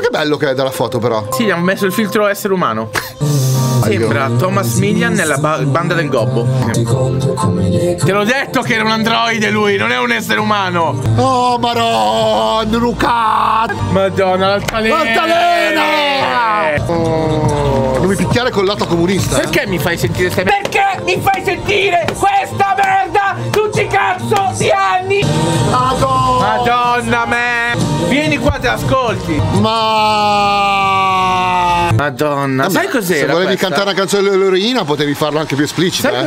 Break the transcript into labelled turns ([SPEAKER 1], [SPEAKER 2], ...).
[SPEAKER 1] che bello che è dalla foto, però.
[SPEAKER 2] Sì, hanno messo il filtro essere umano. Sembra Thomas Millian nella ba- banda del gobbo. Te l'ho detto che era un androide lui, non è un essere umano.
[SPEAKER 1] Oh, Maron, Luca!
[SPEAKER 2] Madonna, l'altalena.
[SPEAKER 1] L'altalena! Oh, non mi picchiare col lato comunista. eh.
[SPEAKER 2] Perché mi fai sentire questa merda?
[SPEAKER 3] Perché mi fai sentire questa merda? Tutti cazzo di anni!
[SPEAKER 2] Madonna me! Vieni qua te ascolti.
[SPEAKER 1] Ma...
[SPEAKER 2] Madonna, sai cos'era?
[SPEAKER 1] Se volevi
[SPEAKER 2] questa?
[SPEAKER 1] cantare una canzone dell'eroina potevi farlo anche più esplicita.
[SPEAKER 2] Sai
[SPEAKER 1] eh.